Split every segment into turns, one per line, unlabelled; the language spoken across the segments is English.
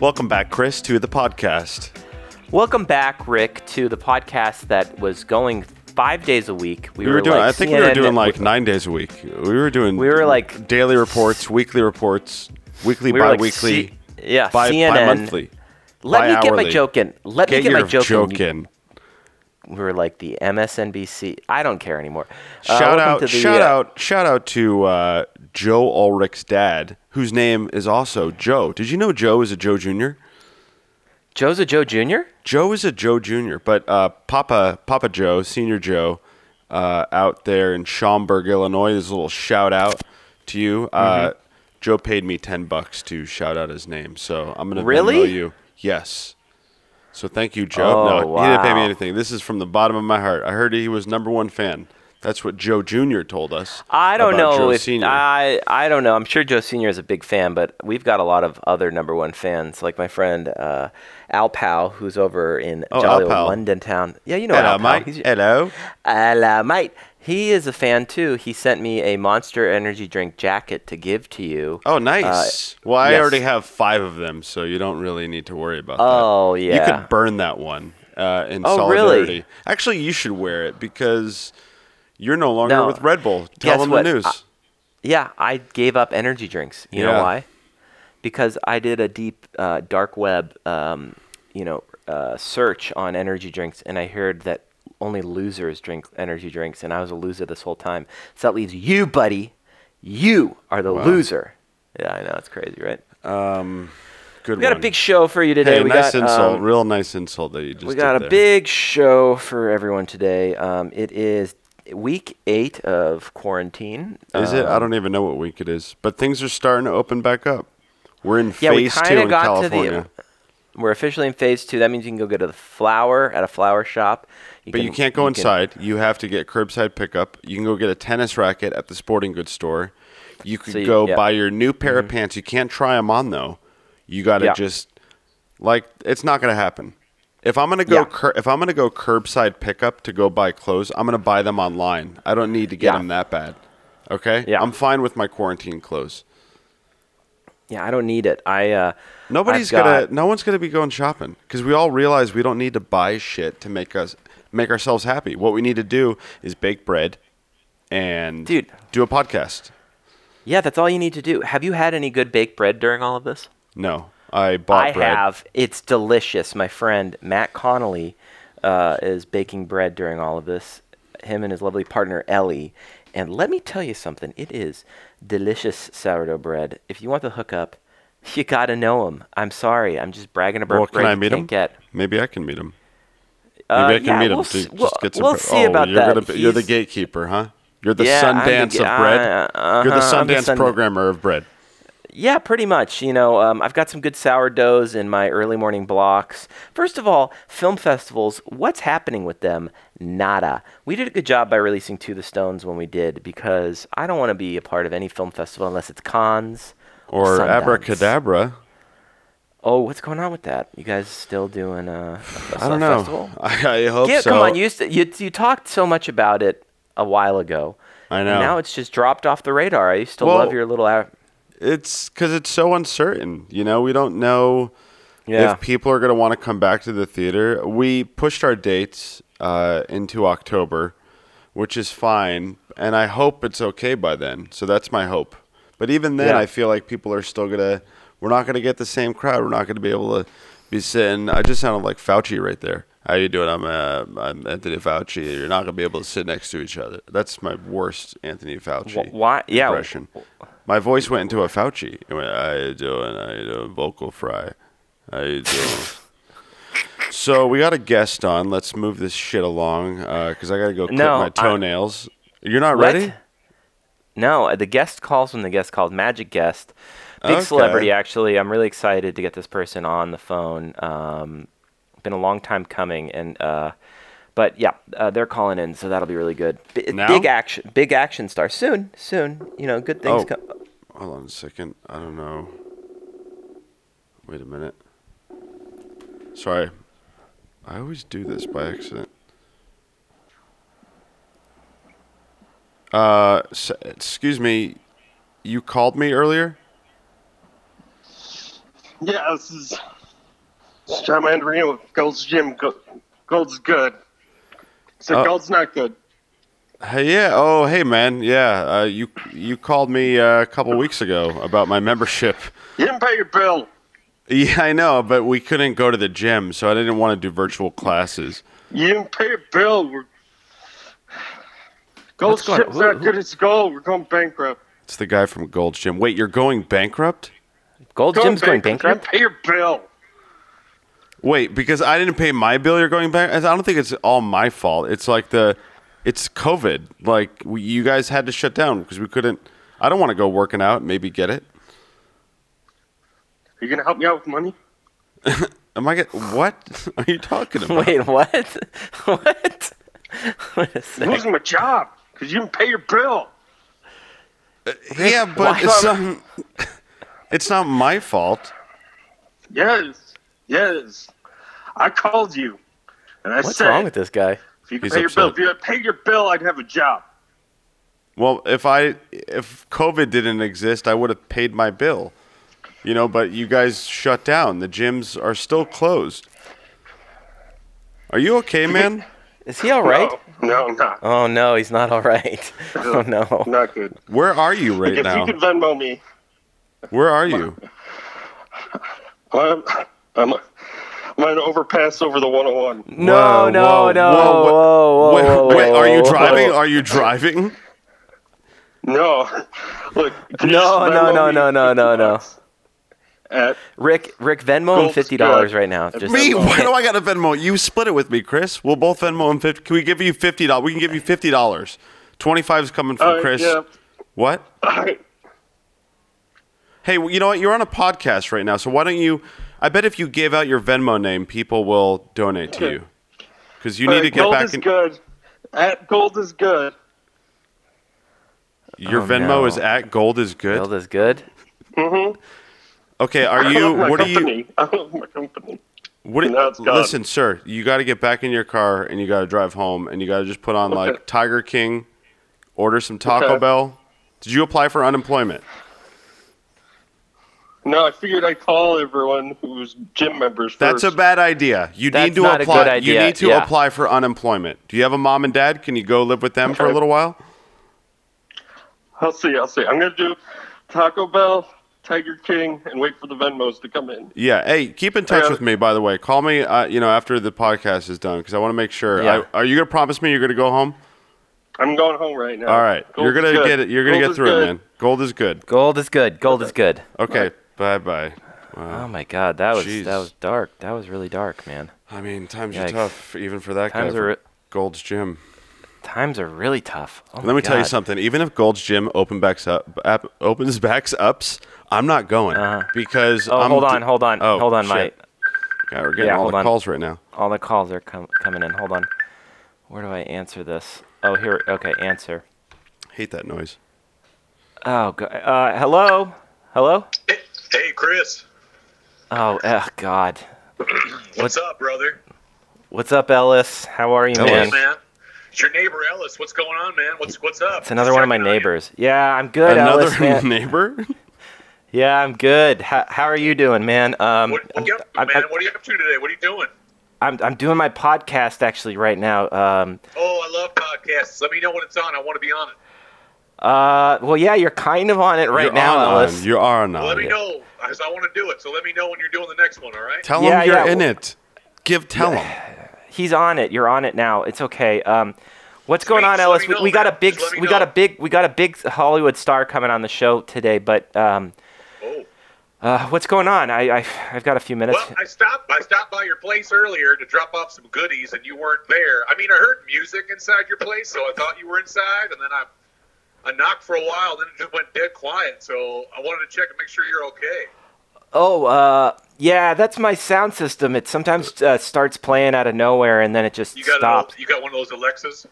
Welcome back, Chris, to the podcast.
Welcome back, Rick, to the podcast that was going five days a week.
We were doing.
like
I think we were
CNN
doing like nine days a week. We were doing.
We were like-
daily reports, weekly reports, weekly,
we were like
bi-weekly,
C- yeah,
bi-
CNN.
bi-monthly.
Let me get my
bi-hourly.
joke in. Let me
Get,
get
your
my joke,
joke
in.
in.
We were like the MSNBC. I don't care anymore. Uh,
Shout
welcome
out!
to the,
shout
uh,
out! Shout out to uh, Joe Ulrich's dad, whose name is also Joe. Did you know Joe is a Joe Junior?
Joe's a Joe Jr.
Joe is a Joe Junior, but uh, Papa Papa Joe, Senior Joe, uh, out there in Schaumburg, Illinois. There's a little shout out to you. Uh,
Mm-hmm.
Joe paid me ten bucks to shout out his name, so I'm gonna
Really?
Venmo you. Yes. So thank you, Joe.
Oh,
no, he didn't pay me
wow.
anything. This is from the bottom of my heart. I heard he was number one fan. That's what Joe Junior told us.
I don't
about
know
Joe
if
Senior.
I I don't know. I'm sure Joe Senior is a big fan, but we've got a lot of other number one fans, like my friend uh, Al Pal, who's over in
Oh,
jolly
Al
old
Pal.
London town. Yeah, you know
Hello,
Al Pal.
mate.
He's-
Hello.
Al uh, mate. He is a fan too. He sent me a Monster Energy drink jacket to give to you.
Oh, nice. well, I
Uh, yes.
already have five of them, so you don't really need to worry about that.
Oh,
You
yeah.
could burn that one uh, in
Oh, really?
solidarity. Actually, you should wear it because you're no longer
No.
with Red Bull. Tell
Guess
them
what?
the news.
I- Yeah, I gave up energy drinks. You
Yeah.
know why? Because I did a deep uh, dark web, um, you know, uh, search on energy drinks, and I heard that only losers drink energy drinks, and I was a loser this whole time. So that leaves you, buddy. You are the loser. Yeah, I know it's crazy, right?
Good
We got a
one.
big show for you today.
Hey,
we
nice
got,
insult.
um,
Real nice insult that you just
we got
did
a
there.
big show for everyone today. Um, it is week eight of quarantine.
Is
um,
it? I don't even know what week it is, but things are starting to open back up. We're in
Yeah, we
phase two
kind
in
of got
California.
to the. We're officially in phase two. That means you can go get a flower at a flower shop.
But you can't go inside. You have to get curbside pickup. You can go get a tennis racket at the sporting goods store. You could
So you-
go
yeah. Mm-hmm.
buy your new pair of pants. You can't try them on though. You got to
Yeah.
just like it's not going to happen. If I'm going to go
Yeah.
cur- if I'm going to go curbside pickup to go buy clothes, I'm going to buy them online. I don't need to get
Yeah.
them that bad. Okay?
Yeah.
I'm fine with my quarantine clothes.
yeah, I don't need it. I. Uh,
Nobody's
I've
gonna.
got-
No one's gonna be going shopping because we all realize we don't need to buy shit to make us make ourselves happy. What we need to do is bake bread and
Dude.
do a podcast.
Yeah, that's all you need to do. Have you had any good baked bread during all of this?
No, I bought
I
bread.
have. It's delicious. My friend Matt Connolly uh, is baking bread during all of this. Him and his lovely partner Ellie. And let me tell you something. It is delicious sourdough bread. If you want the hookup, you gotta know him. I'm sorry. I'm just bragging about
Well, can
bread
I
you
meet
can't
him?
Get.
Maybe I can meet him. Maybe
Uh,
I can
yeah,
meet him.
we'll
to
s-
just
we'll-
get some
we'll
bread.
see
oh,
about
you're
that.
Gonna, be- you're the
He's-
gatekeeper, huh? You're the
Yeah, I'm the
Sundance
ga-
of bread.
uh,
you're the
uh-huh, I'm the
Sundance
Sun-
programmer of bread.
Yeah, pretty much. You know, um, I've got some good sourdoughs in my early morning blocks. First of all, film festivals, what's happening with them? Nada. We did a good job by releasing To the Stones when we did because I don't want to be a part of any film festival unless it's Cannes
Or
Sundance.
abracadabra.
Oh, what's going on with that? You guys still doing uh, a,
I don't
a
know.
festival?
I, I hope
Yeah,
so.
come on. You, used to, you you talked so much about it a while ago.
I
and
know.
Now it's just dropped off the radar. I used to
Well,
love your little. a-
it's because it's so uncertain. You know, we don't know
Yeah.
if people are going to want to come back to the theater. We pushed our dates uh, into October, which is fine, and I hope it's okay by then. So that's my hope. But even then,
Yeah.
I feel like people are still gonna. We're not gonna get the same crowd. We're not gonna be able to be sitting. I just sounded like Fauci right there. How you doing? I'm uh, I'm Anthony Fauci. You're not gonna be able to sit next to each other. That's my worst Anthony Fauci.
Wh- why- yeah.
impression. My voice went into a Fauci. It went, how you doing? How you doing? Vocal fry. How you doing? so we got a guest on. Let's move this shit along because I got to go clip
No,
my
I-
toenails. You're not
What?
ready?
No, uh, the guest calls when the guest calls. Magic guest, big
Okay.
celebrity actually. I'm really excited to get this person on the phone. Um, been a long time coming, and uh, but yeah, uh, they're calling in, so that'll be really good. B-
Now?
Big action, big action star soon, soon. You know, good
Oh.
things come.
Hold on a second. I don't know. Wait a minute. Sorry. I always do this by accident. Uh, s- excuse me. You called me earlier?
Yeah, this is just try my Andorino with Gold's Gym. Go- Gold's good. So
Oh.
Gold's not good.
Hey, yeah. Oh, hey, man. Yeah. Uh, you you called me uh, a couple weeks ago about my membership.
You didn't pay your bill.
Yeah, I know, but we couldn't go to the gym, so I didn't want to do virtual classes.
You didn't pay your bill. We're...
What's
Gold's
going-
Gym's
who-
not
who-
good as gold. We're going bankrupt.
It's the guy from Gold's Gym. Wait, you're going bankrupt?
Gold Jim's going bankrupt.
You didn't pay your bill.
Wait, because I didn't pay my bill, you're going back. I don't think it's all my fault. It's like the, it's COVID. Like we, you guys had to shut down because we couldn't. I don't want to go working out. Maybe get it.
Are you going to help me out with money?
Am I get what are you talking about?
Wait, what? what? Wait a
I'm
sec.
losing my job because you didn't pay your bill.
yeah, but it's not, it's not my fault.
Yes, yes. I called you, and I
What's
said,
wrong with this guy?
if you could
He's
pay your bill,
upset.
if you had paid your bill, I'd have a job.
Well, if I if COVID didn't exist, I would have paid my bill. You know, but you guys shut down. The gyms are still closed. Are you okay, man?
Is he all right?
No, no, I'm not.
Oh no, he's not all right. Oh no.
Not good.
Where are you right
if
now?
you could Venmo me,
Where are you?
I'm, I'm, I'm on an overpass over the 101.
No,
Whoa,
no,
whoa,
no.
whoa, wha-
Whoa, whoa,
Wait,
whoa,
wait,
whoa,
are you
whoa.
driving? Are you driving?
No, look. can you
No, no,
just Venmo
no,
me
no, no, no,
50
no.
bucks At,
Rick, Rick, Venmo him
Gold's
fifty dollars
good.
right now. Just
Me? Why do I got to Venmo? You split it with me, Chris. We'll both Venmo him fifty. Can we give you fifty dollars? We can give you fifty dollars. Twenty five is coming from
all right,
Chris.
uh, yeah,
What?
all right.
Hey, well, you know what? You're on a podcast right now, so why don't you? I bet if you gave out your Venmo name, people will donate to
Okay.
you because you
All
need
right,
to get
gold
back.
is
in,
good. At gold is good.
Your
Oh,
Venmo
no.
is at gold is good.
Build is good.
Okay, are
I
you?
love my
What are you?
company. I love my company.
What?
No, it's gone.
listen, sir, you got to get back in your car and you got to drive home and you got to just put on like Tiger King, order some Taco
Okay.
Bell. Did you apply for unemployment?
No, I figured I'd call everyone who's gym members
That's
first.
a bad idea. You
That's
need to
not a
apply.
good
You
idea,
need to
yeah.
apply for unemployment. Do you have a mom and dad? Can you go live with them for a
Okay.
little while?
I'll see. I'll see. I'm gonna do Taco Bell, Tiger King, and wait for the Venmos to come in.
Yeah. Hey, keep in touch
Uh,
Yeah.
with me. By the way, call me. Uh, you know, after the podcast is done, because I want to make sure.
Yeah.
I, are you gonna promise me you're gonna go home?
I'm going home right now.
All right. you're
Gold's
gonna
good.
get it. You're gonna
Gold
get
is
through
good.
it, man. Gold is good.
Gold is good. Gold is good.
Okay. Bye bye.
Oh my God, that was
Uh, Jeez.
that was dark. That was really dark, man.
I mean, times
Yikes.
are tough, even for that
Times
guy.
are
from
re-
Gold's Gym.
Times are really tough. Oh
Let
my
me tell you
God.
something. Even if Gold's Gym open backs up, app, opens backs ups, I'm not going
Uh-huh.
because.
Oh,
I'm
hold on,
d-
hold on,
Oh,
hold on,
shit.
Mike.
God, we're getting
Yeah,
all
hold
the
on.
calls right now.
All the calls are com- coming in. Hold on. Where do I answer this? Oh, here. Okay, answer.
Hate that noise.
Oh, go- uh, hello, hello.
Hey, Chris.
Oh, ugh, God.
What's up, brother?
What's up, Ellis? How are you,
Ellis.
Hey,
man?
man. It's your neighbor Ellis. What's going on, man? What's what's up?
It's another one of my
Checking on you.
neighbors. Yeah, I'm good,
Another
Ellis. Man.
neighbor.
Yeah, I'm good. How, how are you doing, man? Um,
What, what
I'm,
you up to,
I'm,
man? what are you up to today? What are you doing?
I'm, I'm doing my podcast actually right now. Um,
Oh, I love podcasts. Let me know when it's on. I want to be on it.
uh, well, yeah, you're kind of on it right
You're
now,
on,
Ellis.
on. You are
Oh,
on.
let me
on.
know because I want to do it. So let me know when you're doing the next one. All right.
Tell
Yeah,
him you're
yeah,
in
well-
it. Give tell him.
He's on it. You're on it now. It's okay. Um, what's going
Sweet,
on,
just let
Ellis?
me
We,
know,
we got a
man.
big,
Just let me
we got a
know.
big, we got a big Hollywood star coming on the show today. But um,
Oh.
uh, what's going on? I, I, I've got a few minutes.
Well, I stopped. I stopped by your place earlier to drop off some goodies, and you weren't there. I mean, I heard music inside your place, so I thought you were inside, and then I, I knocked for a while, then it just went dead quiet. So I wanted to check and make sure you're okay.
Oh, uh, yeah, that's my sound system. It sometimes uh, starts playing out of nowhere and then it just
You got an
stops.
old- you got one of those Alexas.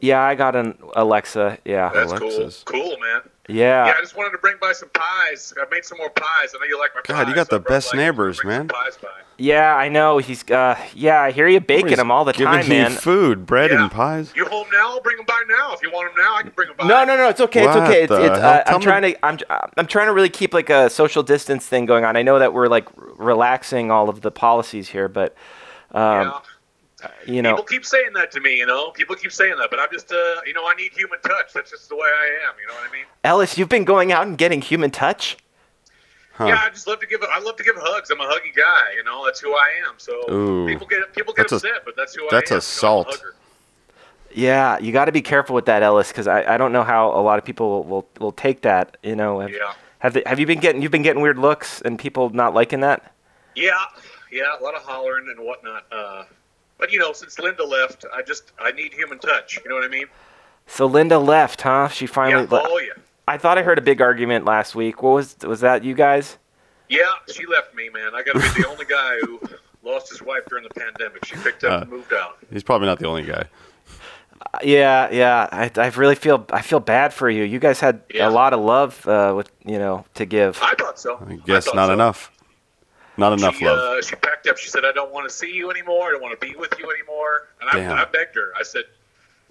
Yeah, I got an Alexa. Yeah.
That's
Alexis.
cool. Cool, man.
Yeah.
Yeah, I just wanted to bring by some pies. I made some more pies. I know you like my
God,
pies.
you got
so I
the
brought,
best
like,
neighbors,
bring some
man.
Pies by.
Yeah, I know. He's uh yeah, I hear you baking
Somebody's
him all the
giving
time,
you
man.
food, bread,
Yeah.
and pies.
You home now? I'll bring them by now. If you want them now, I can bring them by.
No, no, no. It's okay.
What
it's okay. It's,
the
it's,
hell?
uh,
Tell
I'm
me-
trying to. I'm. I'm trying to really keep like a social distance thing going on. I know that we're like r- relaxing all of the policies here, but
Yeah.
um, you know,
People keep saying that to me, you know. People keep saying that, but I'm just, uh, you know, I need human touch. That's just the way I am. You know what I mean?
Ellis, you've been going out and getting human touch.
Huh.
Yeah, I just love to give. I love to give hugs. I'm a huggy guy. You know, that's who I am. So
Ooh.
people get people get
That's a-
upset, but that's who
that's
I am.
assault.
You know, I'm a hugger.
Yeah, you got to be careful with that, Ellis, because I, I don't know how a lot of people will, will, will take that. You know, have,
Yeah.
have they, have you been getting you've been getting weird looks and people not liking that?
Yeah, yeah, a lot of hollering and whatnot. Uh, but you know, since Linda left, I just I need human touch. You know what I mean?
So Linda left, huh? She finally.
Yeah.
le-
Oh yeah.
I thought I heard a big argument last week. What was was that? You guys?
Yeah, she left me, man. I got to be the only guy who lost his wife during the pandemic. She picked up and moved out.
He's probably not the only guy.
Yeah, yeah. I, I really feel I feel bad for you. You guys had
Yeah.
a lot of love, uh, with you know, to give.
I thought so.
I guess
thought
not
so.
enough. Not enough
she,
love.
Uh, she packed up. She said, "I don't want to see you anymore. I don't want to be with you anymore." And
Damn.
I, I begged her. I said,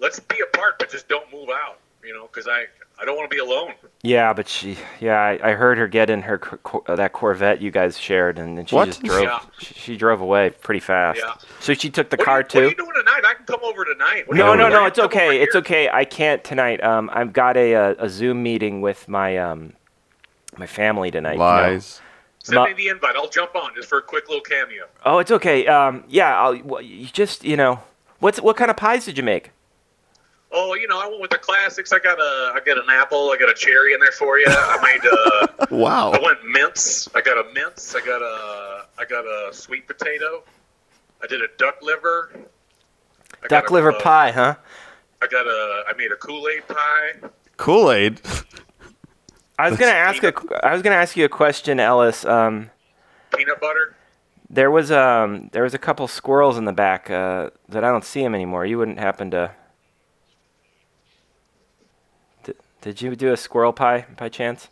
"Let's be apart, but just don't move out. You know, because I I don't want to be alone."
Yeah, but she, yeah, I, I heard her get in her cor- cor- uh, that Corvette you guys shared, and then she
What?
just drove.
Yeah.
She, she drove away pretty fast.
Yeah.
So she took the
What
car
are you,
too.
What are you doing tonight? I can come over tonight. What are
no,
you-
no,
why
no.
you
It's
come over
okay. It's
here?
okay. I can't tonight. Um, I've got a, a, a Zoom meeting with my um, my family tonight. you know.
Lies.
Send
Not-
me the invite. I'll jump on just for a quick little cameo.
Oh, it's okay. Um, yeah. I'll, well, you just you know, what's what kind of pies did you make?
Oh, you know, I went with the classics. I got a, I got an apple. I got a cherry in there for you. I made, uh,
Wow.
Oh.
I went mince. I got a mince. I got a, I got a sweet potato. I did a duck liver. I got
Duck
a-
liver
uh,
pie, huh?
I got a, I made a Kool Aid pie.
Kool Aid.
I was gonna ask a, I was gonna ask you a question, Ellis. Um,
Peanut butter.
there was um, there was a couple squirrels in the back uh, that I don't see them anymore. You wouldn't happen to? Did, did you do a squirrel pie by chance?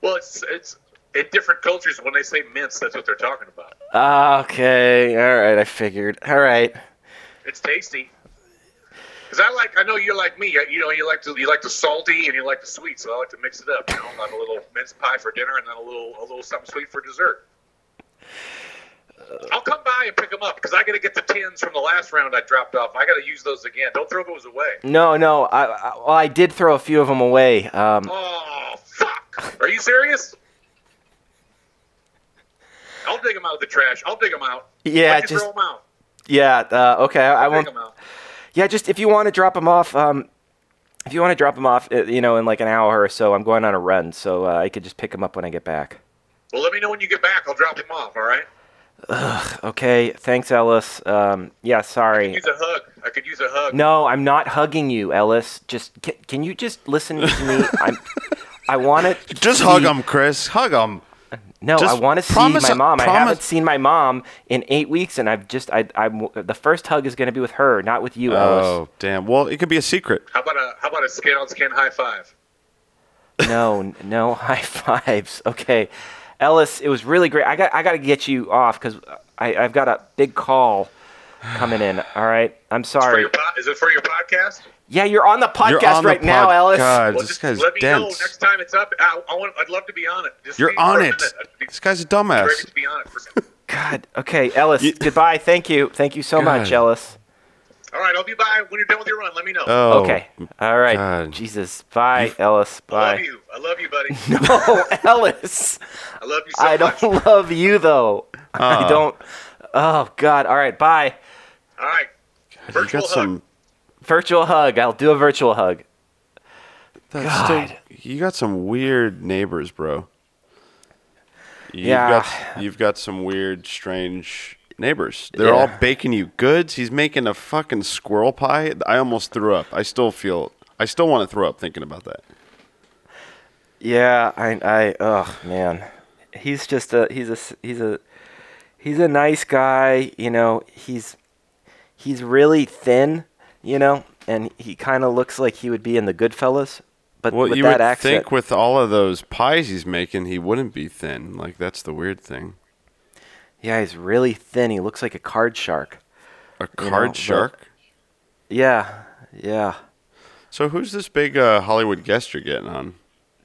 Well, it's, it's in different cultures when they say mince, that's what they're talking about.
Ah, Okay, all right. I figured. All right.
It's tasty. Cause I like, I know you're like me. You know, you like to, you like the salty and you like the sweet. So I like to mix it up. You know, like a little mince pie for dinner and then a little, a little something sweet for dessert.
Uh,
I'll come by and pick them up because I got to get the tins from the last round I dropped off. I got to use those again. Don't throw those away.
No, no. I, I well, I did throw a few of them away. Um,
Oh fuck! Are you serious? I'll dig them out of the trash. I'll dig them out.
Yeah,
I can
just-
throw them out.
yeah. Uh, okay. I, I
Dig
won't.
'em out.
Yeah, just if you want to drop them off, um, if you want to drop them off, uh, you know, in like an hour or so, I'm going on a run, so uh, I could just pick them up when I get back.
Well, let me know when you get back. I'll drop them off. All right.
Okay, thanks, Ellis. Um, yeah, sorry.
Use a hug. I could use a hug.
No, I'm not hugging you, Ellis. Just can, can you just listen to me? I'm, I want to
Just hug him, Chris. Hug him.
No, I
Just
want to see
promise- uh,
my mom. I haven't
promise-
seen my mom in eight weeks, and I've just I I'm the first hug is going to be with her, not with you, Ellis.
Oh, damn. Well, it could be a secret.
How about a how about a skin on skin high five?
No, n- no high fives. Okay, Ellis, it was really great. I got I got to get you off because I I've got a big call coming in. All right, I'm
For
sorry.
your po- is it for your podcast?
Yeah, you're on the podcast
You're on the
right now,
pod-
Ellis.
God,
Well,
this
just
guy's
let me know
dense.
next time it's up. I, I want. I'd love to be on it. Just
You're
be-
on
for a
it.
minute. I'd be
This guy's a dumbass.
great to be on it. for-
God. Okay, Ellis. goodbye. Thank you. Thank you so much,
God.
Ellis.
All right, I'll be by when you're done with your run. Let me know.
Oh,
okay. All right.
God.
Jesus. Bye, Ellis.
I love
Bye.
you. I love you, buddy.
No, Ellis.
I love you so
I
much.
don't love you though. I
Oh.
don't. Oh God. All right. Bye.
All right.
You
Virtual
got
hug.
some.
Virtual hug. I'll do a virtual hug.
That's
God.
still- you got some weird neighbors, bro. You've
Yeah.
Got, you've got some weird, strange neighbors. They're
Yeah.
all baking you goods. He's making a fucking squirrel pie. I almost threw up. I still feel. I still want to throw up thinking about that.
Yeah, I, I, oh man, he's just a, he's a, s- he's a, he's a nice guy. You know, he's, he's really thin, you know, and he kind of looks like he would be in the Goodfellas, but
Well,
with
you
that
would
accent.
think with all of those pies he's making, he wouldn't be thin. Like that's the weird thing.
yeah, he's really thin. He looks like a card shark.
A card
know, but-
shark.
Yeah, yeah.
So who's this big uh, Hollywood guest you're getting on?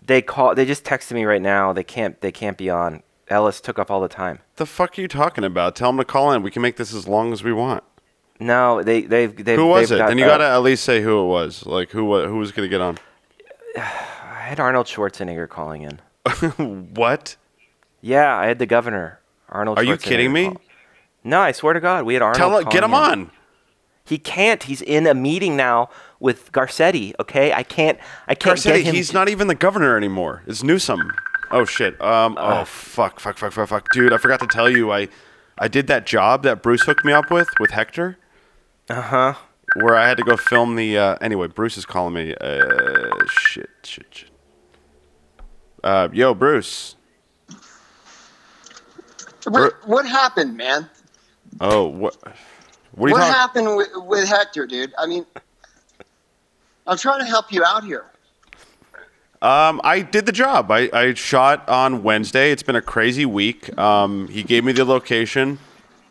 They call. They just texted me right now. They can't. They can't be on. Ellis took up all the time.
The fuck are you talking about? Tell him to call in. We can make this as long as we want.
No, they they've they've.
who was
they've
it?
Got,
Then you
uh,
gotta at least say who it was. Like who wa- who was gonna get on?
I had Arnold Schwarzenegger calling in.
what?
Yeah, I had the governor Arnold.
Are you
Schwarzenegger
kidding me?
call- No, I swear to God, we had Arnold.
Tell get
calling
him
in.
on.
He can't. He's in a meeting now with Garcetti. Okay, I can't. I can't
Garcetti,
get him.
he's not even the governor anymore. It's Newsom. Oh shit. Um. oh fuck. Fuck. Fuck. Fuck. Fuck. Dude, I forgot to tell you. I, I did that job that Bruce hooked me up with with Hector,
Uh huh.
where I had to go film the. Uh, anyway, Bruce is calling me. Uh. Shit. Shit. Shit. Uh. Yo, Bruce.
What, what happened, man?
Oh. What. What are you
What
talking?
happened with, with Hector, dude? I mean, I'm trying to help you out here.
Um, I did the job. I, I shot on Wednesday. It's been a crazy week. Um, he gave me the location.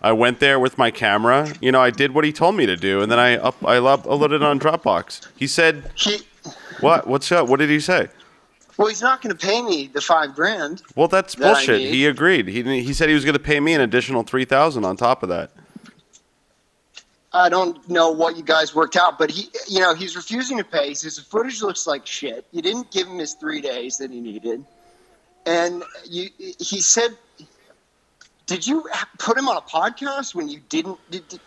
I went there with my camera. You know, I did what he told me to do, and then I up I lo- uploaded it on Dropbox. He said,
He,
"What? What's up? What did he say?"
well, he's not going to pay me the five grand.
Well, that's
That I
bullshit.
need.
He agreed. He didn't- he said he was going to pay me an additional three thousand on top of that.
I don't know what you guys worked out, but he, you know, he's refusing to pay. He says the footage looks like shit. You didn't give him his three days that he needed, and you, he said, "Did you put him on a podcast when you didn't? Did, did,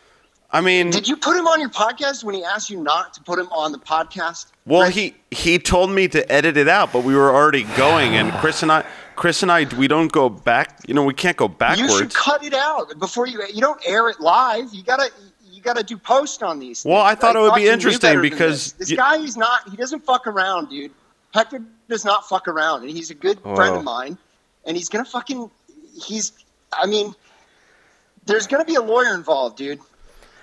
I mean,
did you put him on your podcast when he asked you not to put him on the podcast?"
Well, he he told me to edit it out, but we were already going, and Chris and I, Chris and I, we don't go back. You know, we can't go
You
backwards.
should cut it out before you. You don't air it live. You gotta. You gotta do post on these.
Well,
things.
I thought it would be
you knew
interesting
better than
because
this, This
you-
guy is not. He doesn't fuck around, dude. Hector does not fuck around, and he's a good friend
Wow.
of mine. And he's gonna fucking. He's. I mean, there's gonna be a lawyer involved, dude.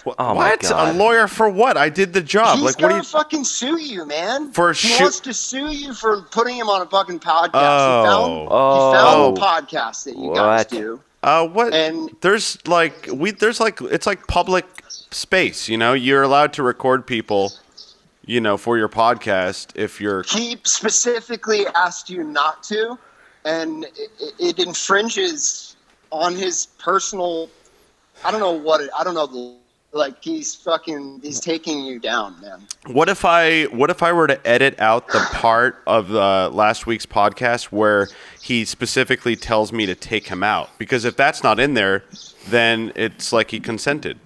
Wha-
Oh my
what?
God.
A lawyer for what? I did the job.
he's
like,
gonna
what do you?
fucking sue you, man.
For
he
shoo-
wants to sue you for putting him on a fucking podcast.
Oh.
he found,
Oh.
he found the podcast that you guys
What?
do.
Uh, what?
And-
there's like we there's like it's like public space. You know, you're allowed to record people. You know, for your podcast, if you're
he specifically asked you not to, and it, it infringes on his personal. I don't know what it. I don't know. the- Like he's fucking. He's taking you down, man.
What if I what if I were to edit out the part of uh, last week's podcast where he specifically tells me to take him out? Because if that's not in there, then it's like he consented.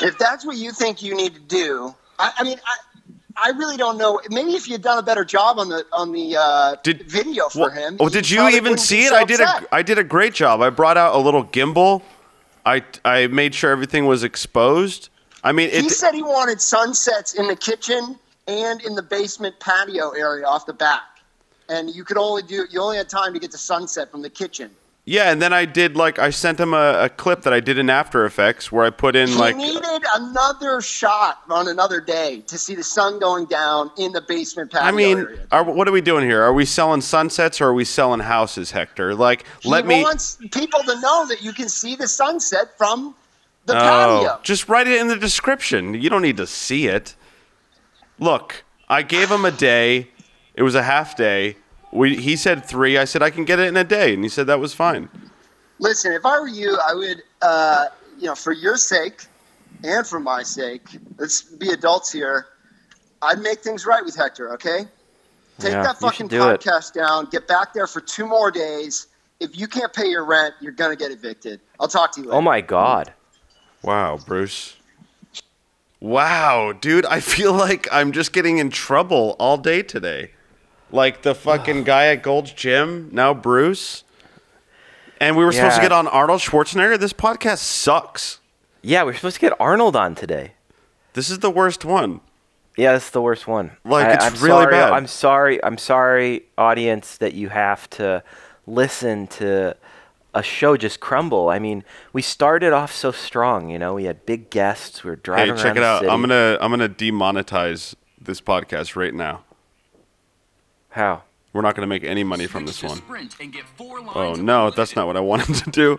If that's what you think you need to do, I, I mean, I, I really don't know. Maybe if you'd done a better job on the on the uh,
Did-
video for
Well,
him.
Oh,
he
did you
probably
even
wouldn't be
see it?
so
I did a
upset.
I did a great job. I brought out a little gimbal. I I made sure everything was exposed. I mean,
he
it,
said he wanted sunsets in the kitchen and in the basement patio area off the back. And you could only do you only had time to get the sunset from the kitchen.
yeah. And then I did like I sent him a, a clip that I did in After Effects where I put in
He
like uh,
needed another shot on another day to see the sun going down in the basement patio
I mean,
area.
are, what are we doing here? Are we selling sunsets or are we selling houses, Hector? Like, let
he
me.
wants people to know that you can see the sunset from the
oh,
patio.
just write it in the description. You don't need to see it. Look, I gave him a day. It was a half day. We, he said three. I said I can get it in a day, and he said that was fine.
Listen, if I were you, I would, uh, you know, for your sake and for my sake, let's be adults here. I'd make things right with Hector, okay? Take
Yeah,
that
you should
fucking
do it.
podcast down. Get back there for two more days. If you can't pay your rent, you're gonna get evicted. I'll talk to you later.
Oh my God.
Wow, Bruce. Wow, dude, I feel like I'm just getting in trouble all day today. Like the fucking guy at Gold's Gym, now Bruce. And we were supposed to
Yeah.
get on Arnold Schwarzenegger. This podcast sucks.
Yeah, we're supposed to get Arnold on today.
This is the worst one.
Yeah, that's the worst one.
Like,
I,
it's
I'm
really
sorry,
bad.
I'm sorry. I'm sorry, audience, that you have to listen to a show just crumble. I mean, we started off so strong, you know. We had big guests. We were
Hey,
driving around
check it
the
out.
city.
I'm gonna I'm gonna demonetize this podcast right now.
How?
We're not gonna make any money from this
Switch to
one.
Sprint and get four
Oh
lines of
no, that's
unlimited
not what I wanted to do.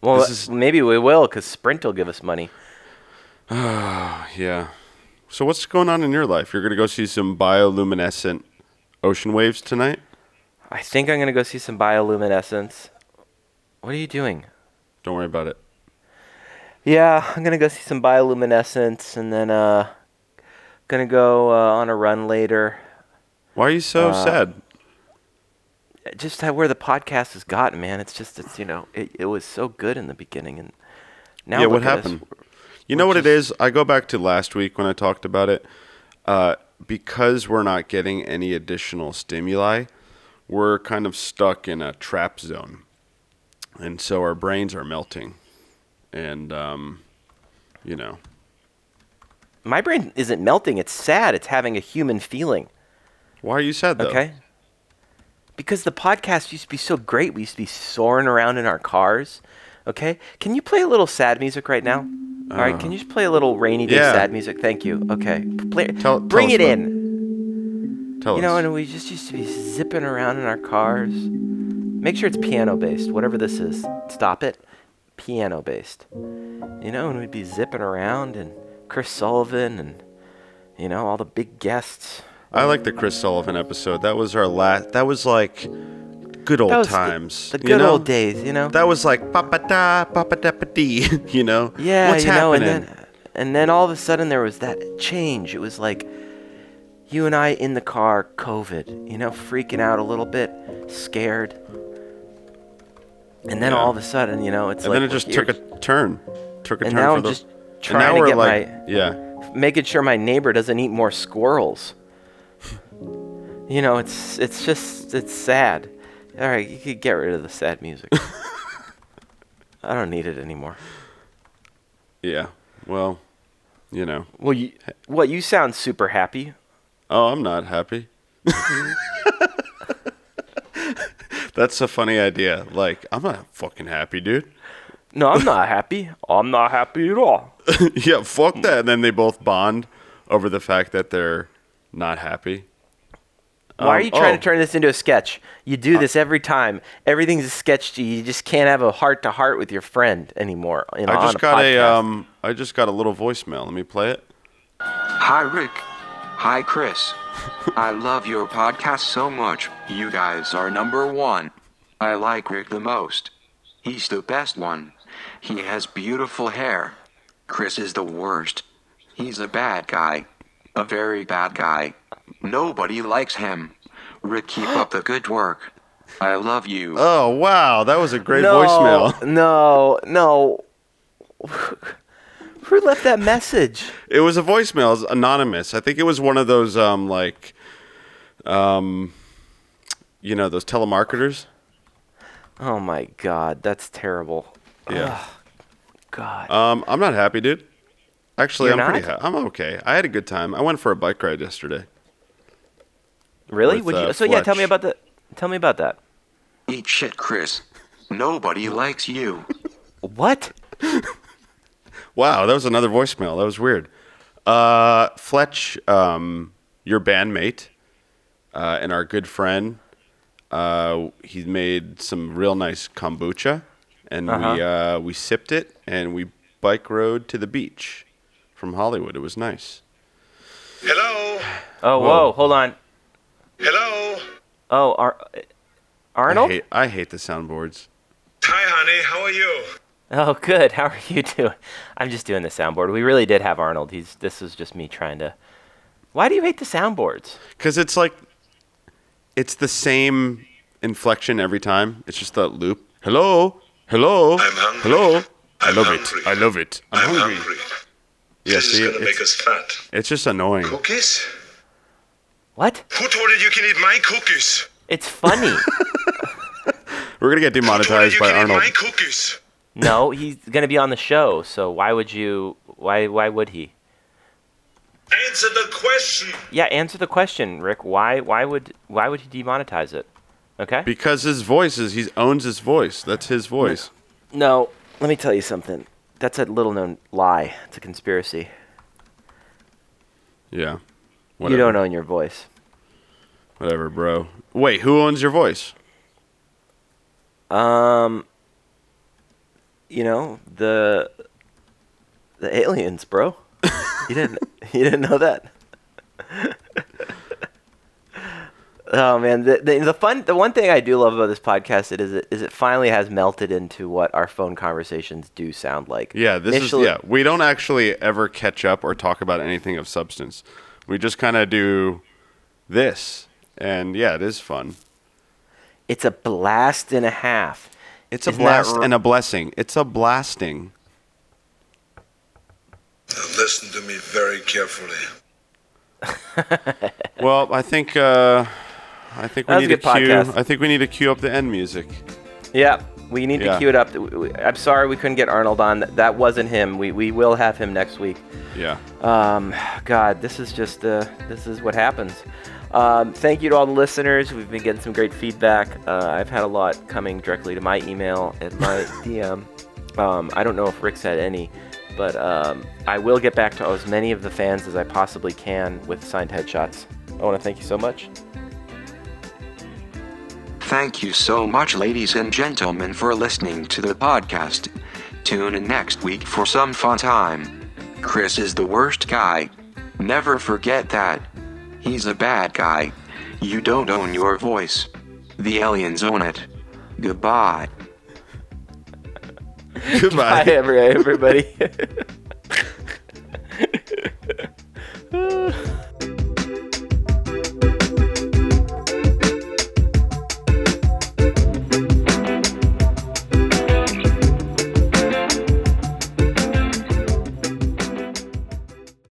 Well, uh,
This is-
maybe we will, because Sprint will give us money.
Yeah. So what's going on in your life? You're gonna go see some bioluminescent ocean waves tonight.
I think I'm gonna go see some bioluminescence. What are you doing?
Don't worry about it.
Yeah, I'm gonna go see some bioluminescence, and then uh, gonna go uh, on a run later.
Why are you so
Uh,
sad?
Just how, where the podcast has gotten, man. It's just it's you know it, it was so good in the beginning, and now
Yeah, what
look at us.
happened? You know what it is? I go back to last week when I talked about it. Uh, because we're not getting any additional stimuli, we're kind of stuck in a trap zone. And so our brains are melting. And, um, you know,
My brain isn't melting. It's sad. It's having a human feeling.
why are you sad though?
Okay. Because the podcast used to be so great. We used to be soaring around in our cars. Okay. Can you play a little sad music right now? All right. Can you just play a little rainy day
Uh-huh. yeah.
sad music? Thank you. Okay. P- Play,
Tell- tell
bring
us
it
what-
in.
Tell
You know,
us.
and we just used to be zipping around in our cars. Make sure it's piano based, whatever this is. Stop it. Piano based. You know, and we'd be zipping around and Chris Sullivan and, you know, all the big guests.
I like the Chris Sullivan episode. That was our last. That was like good old
That was the-
times.
The,
you
good
know?
old days, you know?
That was like papa da papa da pa dee. You know.
Yeah,
What's
you know,
happening?
and then and then all of a sudden there was that change. It was like you and I in the car, COVID, you know, freaking out a little bit, scared. And then
Yeah.
all of a sudden, you know, it's
And
like
then it just
we're
took
here.
a turn. Took a
and
turn
now
for
I'm
the.
just
and now
trying to
we're
get
like,
my
yeah,
making sure my neighbor doesn't eat more squirrels. you know, it's it's just it's sad. All right, you could get rid of the sad music. I don't need it anymore.
yeah. Well, you know.
Well, you, what you sound super happy.
Oh, I'm not happy. That's a funny idea. Like, I'm not fucking happy, dude.
No, I'm not happy. I'm not happy at all.
yeah, fuck that. And then they both bond over the fact that they're not happy.
Why are
Um,
you trying
oh. Uh,
to turn this into a sketch? You do this every time. Everything's a sketch to you. You just can't have a heart to heart with your friend anymore. You know,
I
on
just
a
got a
podcast.
um I just got a little voicemail. Let me play it.
Hi, Rick. Hi, Chris. I love your podcast so much. You guys are number one. I like Rick the most. He's the best one. He has beautiful hair. Chris is the worst. He's a bad guy. A very bad guy. Nobody likes him. Rick, keep up the good work. I love you.
Oh wow, that was a great
no,
voicemail.
No, no. Who left that message?
It was a voicemail, it was anonymous. I think it was one of those um like um you know, those telemarketers.
Oh my god, that's terrible.
Yeah.
God.
Um I'm not happy, dude. Actually,
You're
I'm pretty
not?
happy. I'm okay. I had a good time. I went for a bike ride yesterday.
really?
with,
Would you
uh,
So yeah, tell me
Fletch.
about the tell me about that.
Eat shit, Chris. Nobody likes you.
What?
Wow, that was another voicemail. That was weird. Uh, Fletch, um, your bandmate uh, and our good friend, uh, he made some real nice kombucha, and we uh, we sipped it, and we bike rode to the beach from Hollywood. It was nice.
Hello?
Oh, whoa,
Whoa.
hold on.
Hello?
Oh, Ar-
I
Arnold?
hate, I hate the soundboards.
Hi, honey. How are you?
Oh, good. How are you doing? I'm just doing the soundboard. We really did have Arnold. He's. This was just me trying to. Why do you hate the soundboards?
Because it's like, it's the same inflection every time. It's just that loop. Hello, hello,
I'm hungry.
hello. I
I'm
love
hungry.
it. I love it. I'm, hungry. Yeah,
this
see,
is going to
it's-
make us fat.
It's just annoying.
Cookies?
What?
Who told you you can eat my cookies?
It's funny.
We're gonna get
Who told you
demonetized
you
by
can
Arnold.
eat my cookies?
no, he's gonna be on the show. So why would you? Why? Why would he?
Answer the question.
Yeah, answer the question, Rick. Why? Why would? Why would he demonetize it? Okay.
because his voice is he owns his voice. That's his voice.
no, let me tell you something. That's a little known lie. It's a conspiracy.
Yeah.
You don't own your voice.
Whatever, bro. Wait, who owns your voice?
Um, you know the the aliens, bro. you didn't you didn't know that? oh man, the, the the fun the one thing I do love about this podcast it is it is it finally has melted into what our phone conversations do sound like.
Yeah, this
Initially-
is yeah. We don't actually ever catch up or talk about anything of substance. We just kind of do this, and yeah, it is fun.
It's a blast and a half.
It's a
Isn't that
blast
r-
and a blessing. It's a blasting.
Listen to me very carefully.
Well, I think uh, I think we
That was
need to
a good
cue.
podcast.
I think we need to cue up the end music.
Yeah, we need
Yeah.
to cue it up. W- w- I'm sorry we couldn't get Arnold on. That wasn't him. We we will have him next week.
Yeah.
Um, God, this is just uh, this is what happens. Um, thank you to all the listeners. We've been getting some great feedback. Uh, I've had a lot coming directly to my email and my DM. Um, I don't know if Rick's had any, but um, I will get back to as many of the fans as I possibly can with signed headshots. I want to thank you so much.
Thank you so much, ladies and gentlemen, for listening to the podcast. Tune in next week for some fun time. Chris is the worst guy. Never forget that. He's a bad guy. You don't own your voice. The aliens own it. Goodbye.
Goodbye.
Bye, every- everybody.